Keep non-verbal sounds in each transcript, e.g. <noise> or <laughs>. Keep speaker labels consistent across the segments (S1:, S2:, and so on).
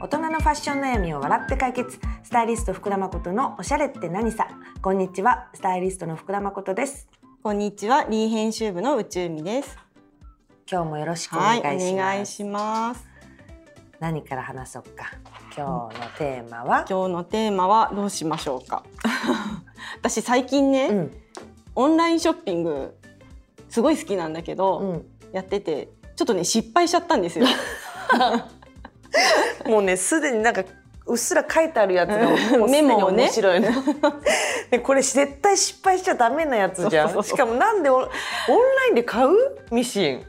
S1: 大人のファッション悩みを笑って解決スタイリスト福田誠のおしゃれって何さこんにちはスタイリストの福田誠です
S2: こんにちは、リー編集部の宇宙美です。
S1: 今日もよろしくお
S2: は
S1: 願いしま
S2: い、
S1: す,、
S2: お願いします。
S1: 何から話そうか今日のテーマは、
S2: 今日のテーマはどうしましょうか。 <laughs> 私最近ね、
S1: うん
S2: オンラインショッピングすごい好きなんだけど、
S1: うん、
S2: やっててちょっとね失敗しちゃったんですよ。
S1: <laughs> もうねすでになんかうっすら書いてあるやつ
S2: うん
S1: がもうすでに
S2: メモをね
S1: 面白いね <laughs> でこれ絶対失敗しちゃダメなやつじゃん
S2: そうそうそ
S1: し
S2: う
S1: かもなんでオンオンラインで買うミシ <laughs> ン
S2: ミ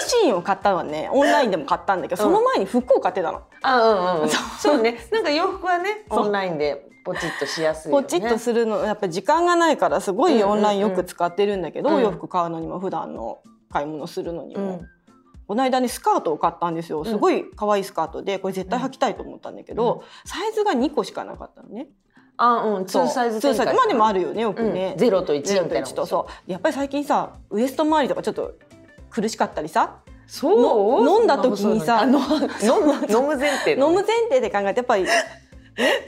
S2: シンを買ったのはね、オンラインでも買ったんだけど、
S1: うん
S2: その前に服を買ってたの。
S1: あうんうん、うん、そうねなんか洋服はねオンラインでポチッとしやすいよ
S2: ポ
S1: ね
S2: チッとするのやっぱり時間がないからすご
S1: うんうん
S2: い
S1: うん
S2: オンラインよく使ってるんだけど、
S1: うん
S2: 洋服買うのにも普段の買い物するのに
S1: う
S2: も、
S1: ん
S2: この間ねスカートを買ったんですよすごい可愛いスカートでこれ絶対履きたいと思ったんだけど、
S1: うん
S2: サイズが2個しかなかったのね。
S1: あうんツ
S2: そう
S1: ーサイズ
S2: ツーサイズまあでもあ
S1: る
S2: るよねよくね。
S1: ゼロと
S2: ゼ
S1: 一
S2: ロ
S1: み
S2: と
S1: たいな
S2: 1とそうやっぱり最近さウエスト周りとかちょっと苦しかったりさ
S1: そう
S2: の飲んだ時にさ
S1: あ
S2: <laughs>
S1: の飲む飲む前提
S2: 飲む前提で考えてや
S1: <laughs>
S2: っぱり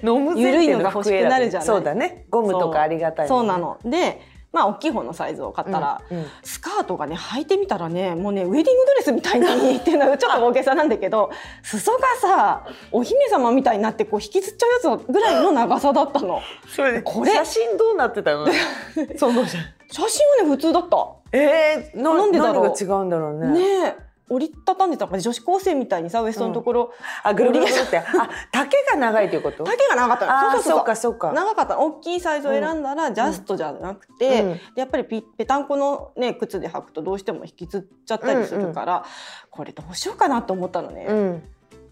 S1: 飲む前
S2: 緩い
S1: 提
S2: のが欲しくなるじゃない
S1: そうだねゴムとかありがたい
S2: そうな
S1: の
S2: の。でまあ大きい方のサイズを買ったら、
S1: うんうん
S2: スカートがね履いてみたらねもうねウェディングドレスみたいにっていうのはちょっと大げさなんだけど裾がさお姫様みたいになってこう引きずっちゃうやつぐらいの長さだったの
S1: それで
S2: これ
S1: 写真どうなってたの <laughs> そのじゃ
S2: 写真はね普通だった
S1: えー、な
S2: なんでだろう
S1: 何が違うんだろうね
S2: ねえ折りたたんでたから女子高生みたいにさウエストのところ、
S1: あぐるぐるぐるってあ丈が長いということ
S2: 丈が長かった
S1: あ
S2: の
S1: ーそうかそうか
S2: 長かった大きいサイズを選んだらジャストじゃなくて、
S1: うん
S2: でやっぱりピぺたんこの、ね、靴で履くとどうしても引きずっちゃったりするから、これどうしようかなと思ったのね。
S1: うん、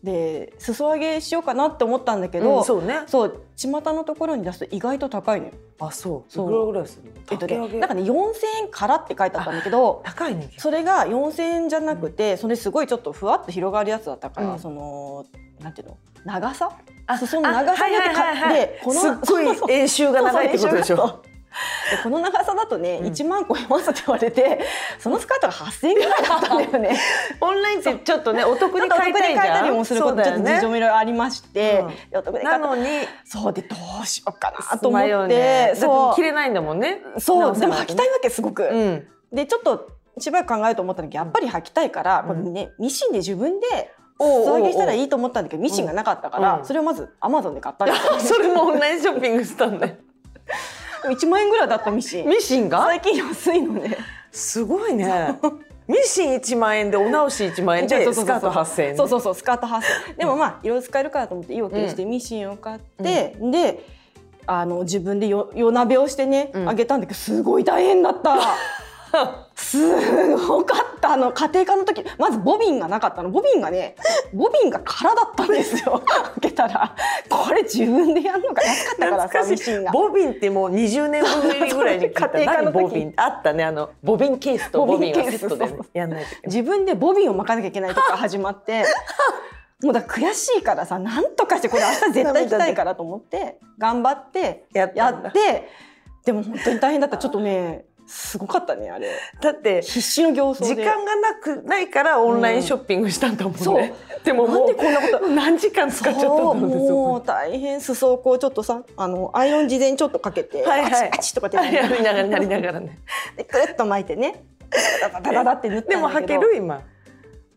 S2: で裾上げしようかなって思ったんだけど、
S1: うん、そうね
S2: そう巷のところに出すと意外と高いのよ。
S1: あそう
S2: そう
S1: いくらぐらいするの
S2: えっと
S1: 丈上
S2: ね、
S1: げ
S2: なんかね4000円からって書いてあったんだけど
S1: 高いね
S2: それが4000円じゃなくて、それすごいちょっとふわっと広がるやつだったから、
S1: うん
S2: そのなんていうの長さ
S1: あ
S2: 裾の長さによって
S1: あはいはいはいはい
S2: でこの
S1: すっごい
S2: そうそう
S1: 円周が長いってことでし
S2: そう
S1: ょ。
S2: でこの長さだとね、
S1: うん
S2: 1万超えますって言われてそのスカートが8000円ぐらいだったんだよ
S1: <laughs>
S2: ね。
S1: オンラインってちょっとねお得
S2: ちょ
S1: に
S2: っとお
S1: 買い
S2: 得に
S1: た
S2: 買え
S1: いじゃん。
S2: たりもするこ
S1: そ
S2: と、
S1: うだ
S2: ちょっ
S1: よ
S2: と
S1: ね
S2: 事情もいろいろありまして、お得に買
S1: な
S2: った
S1: のに
S2: そうでどうしようかなと思っ
S1: 迷う
S2: て
S1: ね、だって
S2: そ
S1: 着れないんだもんね。
S2: うそう
S1: 直
S2: で
S1: さ
S2: も
S1: な
S2: 履
S1: と
S2: き
S1: ね
S2: たいわけすごく。
S1: うん。
S2: でちょっとしばらく考えようと思ったんだけどやっぱり履きたいから、
S1: うん
S2: これね、ミシンで自分で
S1: おうおうおう
S2: 裾上げしたらいいと思ったんだけどミシンがなかったから、
S1: うん
S2: それをまずアマゾンで買ったん
S1: <laughs>
S2: ですよ
S1: それもオンラインショッピングしたんだよ。
S2: 1万円ぐらいだったミシン
S1: ミシンが
S2: 最近安いのね
S1: すごいね。ミシン1万円でお直し1万円
S2: そうそ
S1: で
S2: うそう
S1: スカート8000円。
S2: そうそうそうスカート8000円でもまあいろいろ使えるからと思っていいわけにしてミシンを買って、であの自分でよ夜鍋をしてね、
S1: うん
S2: あげたんだけどすごい大変だった
S1: <laughs>
S2: すごかったあの家庭科の時まずボビンがなかったのボビンがねボビンが空だったんです
S1: <laughs>
S2: よ開けたらこれ自分でやるのか安かったから
S1: 懐
S2: さ
S1: か
S2: ミ
S1: し
S2: シ
S1: い
S2: ンが。
S1: ボビンってもう20年ぶりぐらいに聞いた
S2: 家庭科の
S1: 何
S2: 時
S1: ボビンあったねあのボビンケースとボビンはセットでね
S2: ボビンケースそうそ
S1: やんないといけない
S2: 自分でボビンを巻かなきゃいけないとか始まって
S1: <laughs>
S2: もうだから悔しいからさなんとかしてこれ明日絶対行きたいからと思って頑張って
S1: や
S2: や
S1: ったんだ
S2: ってでも本当に大変だったちょっとねすごかったねあれ
S1: だって
S2: 必死の形相
S1: 時
S2: で
S1: 間がなくないからオンラインショッピングしたんだもん
S2: そ
S1: ね
S2: う。
S1: でもも
S2: なん
S1: う
S2: でこんなこと
S1: と何時間使っちゃった
S2: そう
S1: だ
S2: ん
S1: ろう
S2: も
S1: そう
S2: 大変裾をこうちょっとさあのアイロン事前にちょっとかけて、
S1: はいはい
S2: あちあちとかって
S1: こに
S2: や
S1: や
S2: り
S1: りながらなりながらね。
S2: でくるっと巻い
S1: <laughs>
S2: てねダ <laughs> ダダダダって塗ったんだけ
S1: で
S2: ど
S1: も履ける今。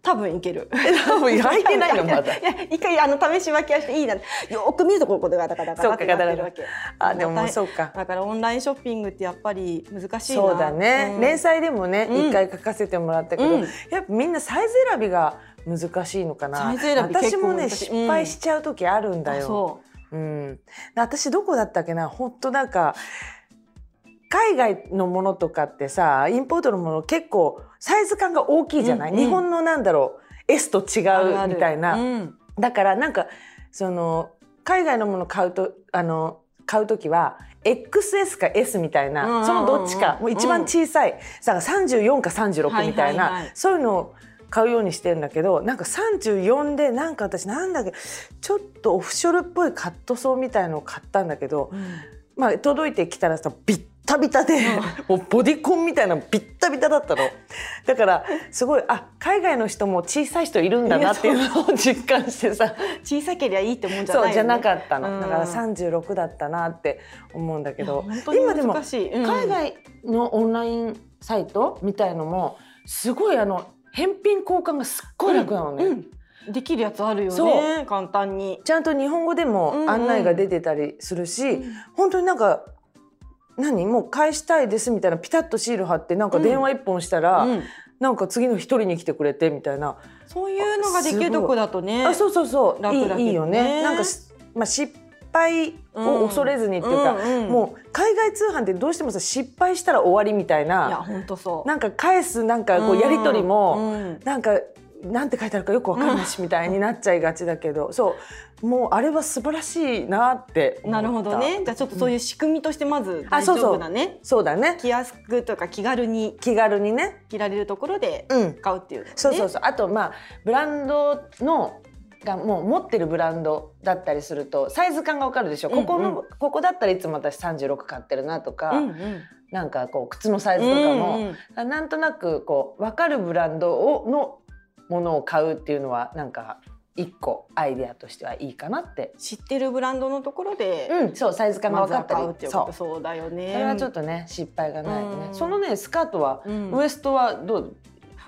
S2: 多分いけ
S1: <laughs>
S2: る
S1: 多分履いて
S2: <laughs>
S1: ないのまだ
S2: い。や一回あの試し分けはしていいなよーく見るとこうこうガタガタガタってなってるわけ
S1: あでももうそううか。
S2: だからオンラインショッピングってやっぱり難しいな
S1: そうだね、
S2: うん
S1: 連載でもね
S2: うん
S1: 一、回書かせてもらったけど、
S2: うん
S1: やっぱみんなサイズ選びが難しいのかな
S2: サイズ選び
S1: 私
S2: 結構
S1: もね
S2: 難しい
S1: 失敗しちゃう時あるんだ
S2: あ
S1: よ、
S2: そ
S1: うん私どこだったっけなほんとなんか海外のものとかってさインポートのもの結構サイズ感が大きいじゃない、
S2: うんうん
S1: 日本のなんだろう S と違
S2: うあるあ
S1: う
S2: る
S1: みたいな、
S2: うん
S1: だからなんかその海外のもの買うとあの買う時は XS か S みたい
S2: うんうんう
S1: なんそのどっちかもう一番小さい、さ34か36みたいな、
S2: はいはいはい
S1: そういうのを買うようにしてるんだけどなんか34でなんか私なんだっけちょっとオフショルっぽいカットソーみたいのを買ったんだけど、まあ、届いてきたらさびっタビタで、もうボディコンみたいなのビッタビタだったのだからすごいあ海外の人も小さい人いるんだなっていうのを実感してさ
S2: 小さけりゃいいってもんじゃ
S1: そ
S2: な
S1: う
S2: い
S1: じ
S2: よ
S1: ゃな
S2: ね
S1: かったの、
S2: うん
S1: だから36だったなって思うんだけど
S2: 本当に
S1: 今でも
S2: 難しいうん
S1: 海外のオンラインサイトみたいのもすごいあの返品交換がすっごい楽なのね、
S2: うんできるやつあるよ
S1: そ
S2: ね簡単に。
S1: ちゃんと日本語で
S2: うんう
S1: も
S2: ん
S1: 案内が出てたりするし、本当になんか何もう返したいですみたいなピタッとシール貼ってなんか電話一本したら、
S2: うん
S1: なんか次の日取りに来てくれてみたいな、
S2: そういうのができるとこだとね
S1: あそうそうそう
S2: 楽だけどね
S1: いいいいよねなんかし、まあ、失敗を恐れずにっていうか、
S2: うんうん
S1: もう海外通販ってどうしてもさ失敗したら終わりみたい
S2: いや
S1: な
S2: 本当そう
S1: なんか返すなんかこう
S2: う
S1: んやり取りも、
S2: うん
S1: なんかなんて書いてあるかよくわかんないしみたいになっちゃいがちだけど、そうもうあれは素晴らしいなって思った
S2: なるほどねじゃあちょっとそういう仕組みとしてまず
S1: あ
S2: 大丈
S1: そうそう
S2: 夫だね
S1: そうだね
S2: 着やすくとか気軽に
S1: 気軽にね
S2: 着られるところで
S1: うん
S2: 買うっていうのね
S1: そうそうそうあとまあブランドのがもう持ってるブランドだったりするとサイズ感がわかるでしょ、ここ
S2: うん
S1: のここだったらいつも私36買ってるなとか、
S2: うんうん
S1: なんかこう靴のサイズとかも、
S2: うんうん
S1: なんとなくこう分かるブランドをのものを買うっていうのはなんか一個アイデアとしてはいいかなって、
S2: 知ってるブランドのところで
S1: うん、そうサイズ感が
S2: ま
S1: 分
S2: ず
S1: かっ
S2: は
S1: た
S2: 買
S1: り
S2: うっていう
S1: そ
S2: こと
S1: う
S2: そうだよね
S1: それはちょっとね失敗がないね、
S2: うん
S1: そのねスカートは、
S2: うん
S1: ウエストはどう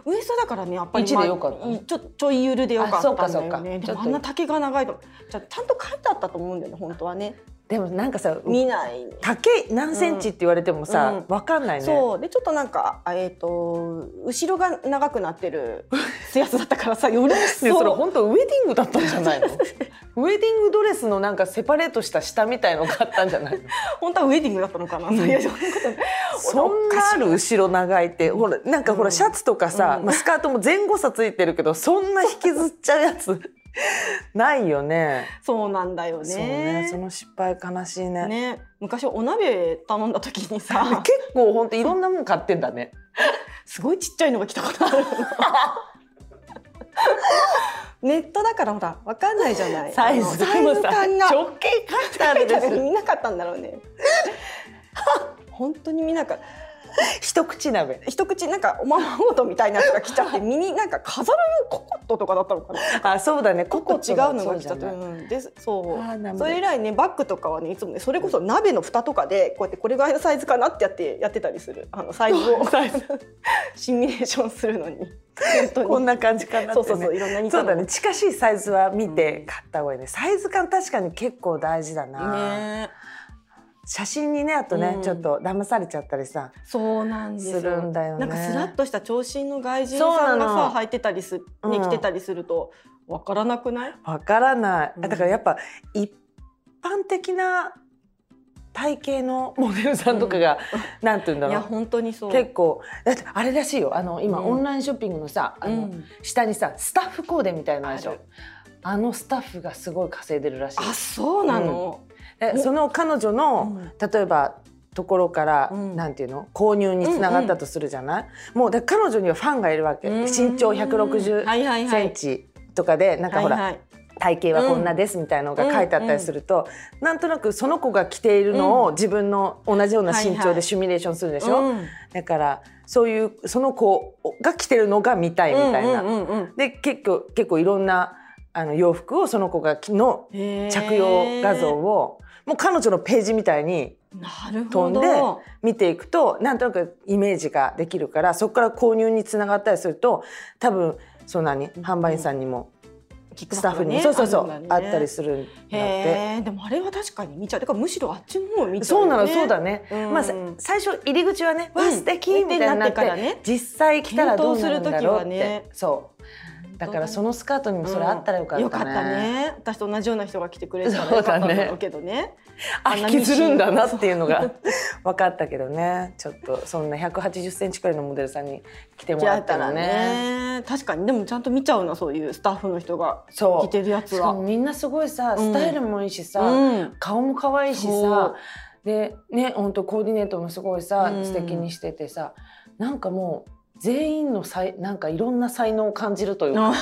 S2: ウエストだからねやっぱり
S1: 一でよかった
S2: まあいちょちょいゆるでよかったん
S1: あそうか
S2: だ
S1: そ
S2: よ
S1: うか
S2: ね
S1: ち
S2: で
S1: ょっと
S2: もあんな丈が長いとじゃあちゃんと書いてあったと思うんだよね本当はね
S1: でもなんかさ
S2: 見ない
S1: 丈何センチって言われてもさ、
S2: うん
S1: 分かんないね
S2: そうでちょっとなんかあえっ、と後ろが長くなってるやつだったからさより一
S1: ねそれ
S2: 層
S1: 本当ウェディングだったんじゃない
S2: <laughs>
S1: のウェディングドレスのなんかセパレートした下みたいのがあったんじゃないの
S2: 本当はウェディングだったのかな、 <laughs> いやそんなことない
S1: そんなある後ろ長いってほらなんかほらシャツとかさ、
S2: うん
S1: まあ、スカートも前後差ついてるけどそんな引きずっちゃうやつ <laughs> ないよね
S2: そうなんだよ
S1: そうね
S2: ね
S1: その失敗悲しいね
S2: ね昔お鍋頼んだ時にさ
S1: 結構本当いろんなもん買ってんだね
S2: すごいちっちゃいのが来たこと
S1: <laughs>
S2: あるのネットだからほらわかんないじゃない
S1: サイ
S2: あの
S1: ズ
S2: サイズ感が
S1: 直径書いてあるでしょ
S2: 見なかったんだろうね <laughs> 本当に見なかった
S1: <laughs> 一口鍋
S2: 一口なんかおままごとみたいなやつが来ちゃって身になんか飾る用ココットとかだったのかな
S1: あそうだね
S2: コ
S1: ココ
S2: コ違うのが来ちゃっ
S1: そう
S2: て
S1: じゃない
S2: うんでそ
S1: あーなるほ
S2: う
S1: ど
S2: それ以来ねバッグとかはねいつもねそれこそ鍋の蓋とかでこうやってこれぐらいのサイズかなってやってやってたりするあの <laughs> サイズをシミュレーションするのに本
S1: こ
S2: 当
S1: ん
S2: に
S1: な感じかなってね
S2: そうそうそういろんなニ
S1: そ
S2: カ
S1: う
S2: の
S1: だね近しいサイズは見て買った方がいいね、サイズ感確かに結構大事だな、
S2: ね
S1: 写真にねあとね、
S2: うん
S1: ちょっと騙されちゃったりさ
S2: そうなんですよ
S1: するんだよね
S2: なんかスラッとした長身の外人さんが
S1: そうな
S2: さ
S1: の
S2: 履いてたりす、ね
S1: うん
S2: 着てたりするとわからなくない
S1: わからない、
S2: うん
S1: だからやっぱ一般的な体型のモデルさんとかが、なんて言うんだ
S2: いや
S1: ろ
S2: 本当にそう
S1: う結構だってあれらしいよあの今、
S2: うん
S1: オンラインショッピングのさあ
S2: う
S1: の、
S2: ん
S1: 下にさスタッフコーデみたいなのあるでし
S2: あ
S1: ょ
S2: る
S1: あのスタッフがすごい稼いでるらしい
S2: あそうなの、
S1: えその彼女の、例えばところから、
S2: うん
S1: なんていうの購入につながったとするじゃない、もうだから彼女にはファンがいるわけ、
S2: うん
S1: 身長160
S2: はいはいは
S1: セ
S2: い
S1: ンチとかでなんかほら、
S2: はいはい
S1: 体型はこんなですみたいなのが書いてあったりすると、なんとなくその子が着ているのを自分の同じような身
S2: はい
S1: 長
S2: は
S1: で
S2: い
S1: シミュレーションするでしょ、
S2: うん
S1: だからそういうその子が着てるのが見たいみたいな。
S2: うんうんうんうん
S1: で結構結構いろんなあの洋服をその子が着の
S2: へー
S1: 着用画像をもう彼女のページみたいに
S2: なる
S1: 飛
S2: ほ
S1: ん
S2: ど
S1: で見ていくとなんとなくイメージができるからそこから購入につながったりすると多分そんなに販売員さんにも
S2: キック
S1: ス
S2: バ
S1: タ
S2: ッ
S1: ッ
S2: ク
S1: フ
S2: が
S1: にも
S2: ね
S1: そうそうそう
S2: あるん
S1: あっ
S2: だね
S1: たりするんだって。
S2: へえでもあれは確かに見ちゃうだからむしろあっちの方を見ちゃう
S1: そう
S2: よね
S1: なのそうだね、
S2: うん
S1: まあさ最初入り口はね「わあ
S2: うん
S1: 素敵みたいになって,、
S2: ってなってからね
S1: 実際来たらどうなるんだろうって、
S2: 検討する時はね
S1: そうだからそのスカートに
S2: う
S1: も
S2: ん
S1: それあったらよかったね,、
S2: よかったね私と同じような人が来てくれたら
S1: そう
S2: よか
S1: だね
S2: ったんだろうけどね
S1: あ
S2: んな
S1: 引きずるんだなっていうのが <laughs> 分かったけどねちょっとそんな1 8 0センチくらいのモデルさんに来ても
S2: じゃ
S1: ら
S2: あ
S1: った
S2: た
S1: ら
S2: ら
S1: ね
S2: ね確かにでもちゃんと見ちゃうなそういうスタッフの人が
S1: そう
S2: 着てるやつ
S1: しかも
S2: は
S1: みんなすごいさ
S2: うん
S1: スタイルもいいしさ、
S2: うん
S1: 顔も可愛いし
S2: そう
S1: さでね本当コーディネートもすごいさ、
S2: うん
S1: 素敵にしててさなんかもう全員の才なんかいろんな才能を感じるというか
S2: あ
S1: い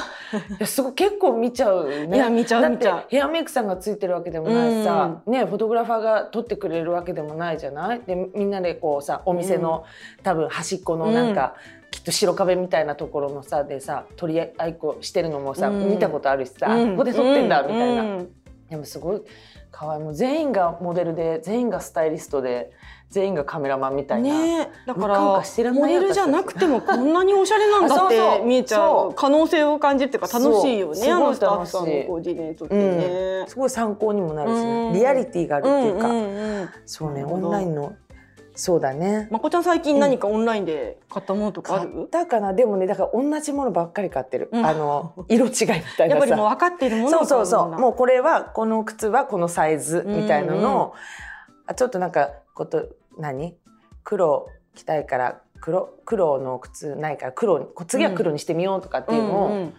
S1: やすごい結構見ちゃうね。
S2: いや見ちゃう
S1: だ
S2: 見
S1: っ
S2: ち
S1: て
S2: ゃう。
S1: ヘアメイクさんがついてるわけでもないしさ、ね、フォトグラファーが撮ってくれるわけでもないじゃないでみんなでこうさお店の、多分端っこのなんか、きっと白壁みたいなところのさでさ取り合いっこしてるのもさ、
S2: うん
S1: 見たことあるしさ、
S2: うん
S1: ここで撮ってんだみたいな、
S2: うん
S1: でもすごい可愛いもう全員がモデルで全員がスタイリストで全員がカメラマンみたいな。
S2: ねえだか
S1: なん
S2: ら
S1: か知らない
S2: モデルじゃなくてもこんなにおしゃれなんだっ <laughs>
S1: あそう
S2: て
S1: そう
S2: 見えちゃ
S1: そう
S2: 可能性を感じるっていうか楽しい
S1: そ
S2: よ
S1: うすご
S2: ね
S1: い
S2: あのスタッフさん
S1: 楽
S2: の
S1: しい
S2: コーディネートって
S1: うん
S2: ね、。
S1: すごい参考にもなるし
S2: う
S1: ね
S2: ん
S1: リアリティがあるっていうか、
S2: んうん
S1: そうね
S2: なるほ
S1: オ
S2: ど
S1: ンラインのそうだね
S2: まこちゃん最近何かオンラインで買ったものとかあ
S1: 買
S2: る、
S1: ったかなでもねだから同じものばっかり買ってる、
S2: うん
S1: あの色違いみたい
S2: やっ
S1: な
S2: ぱりもう
S1: さ
S2: 分かっているもの
S1: そ
S2: を
S1: うそうそ
S2: 買
S1: う
S2: も
S1: もうこれはこの靴はこのサイズみたいなのを、あちょっとなんかこと何黒着たいから黒黒の靴ないから黒にこう次は黒にしてみようとかっていうのを、
S2: んうん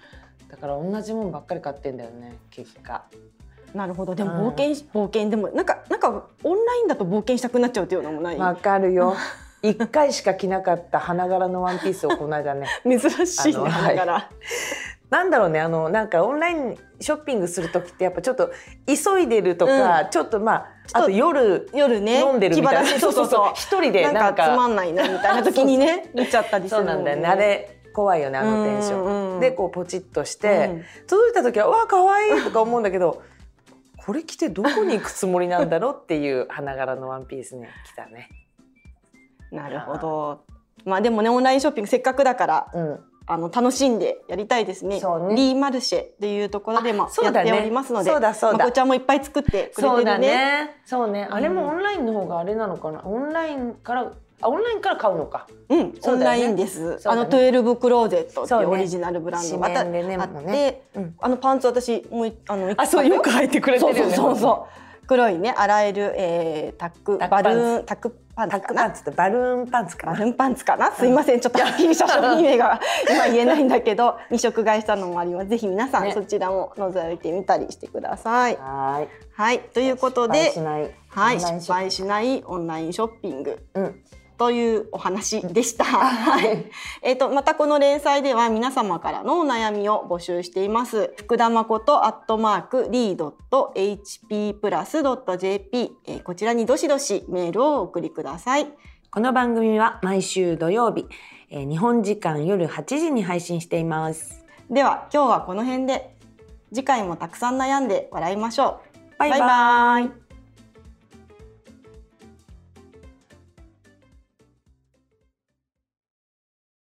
S1: だから同じものばっかり買ってんだよね結果
S2: なるほどでも
S1: うん
S2: 冒険し、冒険でもなんかなんかオンラインだと冒険したくなっちゃうっていうのもない、
S1: わかる <laughs> よ一回しか着なかった花柄のワンピースをこの間ね
S2: 珍しい
S1: あの
S2: ねだから、
S1: <laughs> なんだろうねあのなんかオンラインショッピングする時ってやっぱちょっと急いでるとか、ちょっとまあ
S2: ょっと
S1: あと夜
S2: 夜ね
S1: 飲んでるみたいな、
S2: 気晴らしそうそうそう
S1: 一人で
S2: <laughs> な
S1: なんん
S2: か
S1: か
S2: つまんないなみたいな時にね見ちゃったりす
S1: そう
S2: る
S1: な
S2: も
S1: ん
S2: ん
S1: だよねあれ怖いよねあのテンション、
S2: うんうん
S1: でこうポチッとして、届いた時は「わあ可愛いとか思うんだけどこれ着てどこに行くつもりなんだろうっていう花柄のワンピースね着たね。
S2: うんなるほどまあでもねオンラインショッピングせっかくだから
S1: うん
S2: あの楽しんでやりたいですね
S1: そうね
S2: リーマルシェっていうところでも
S1: そう
S2: や
S1: だ
S2: っ
S1: ね
S2: ておりますので
S1: そうだそうだ
S2: まこちゃんもいっぱい作ってくれて
S1: そう
S2: る
S1: だ
S2: ね
S1: ね。そうね。あれもオンラインの方があれなのかな。オンラインからあオンラインから買うのか。
S2: うん、オ
S1: そう
S2: ン
S1: だ
S2: ラ
S1: よね
S2: インです。
S1: そうだ
S2: あ
S1: ね
S2: のトゥエルブクローゼットって
S1: そうね
S2: いうオリジナルブランドがまたあ
S1: 紙面でねも
S2: っ
S1: う
S2: て
S1: ね、うん
S2: あのパンツ私もうあの
S1: あそうよく履いてくれてるよね。
S2: そうそうそうそう。黒いね洗える、えー、タック
S1: タック
S2: バ
S1: パンツ
S2: ルーンタックパン
S1: タ
S2: ツ
S1: ックパ
S2: かな
S1: ン。ツとバルーンパンツか
S2: バ
S1: な。
S2: ルーンパンツかな。すいません、ちょっとはっきりした商品名が <laughs> 今言えないんだけど、二色買いしたのもあります。ぜひ皆さん、
S1: ね
S2: そちらも覗いてみたりしてください。
S1: はい。
S2: はい、ということで
S1: 失敗、しない。
S2: はい、
S1: オンライン
S2: 失
S1: ショッ
S2: 敗しないオンラインショッピング
S1: プうん。
S2: というお話でした。はい。えっと、またこの連載では皆様からのお悩みを募集しています。福田誠アットマークリードット HP プラスドット JP、えーこちらにどしどしメールをお送りください。
S1: この番組は毎週土曜日、えー、日本時間夜8時に配信しています。
S2: では今日はこの辺で次回もたくさん悩んで笑いましょう。
S1: バイバ
S2: バイバイ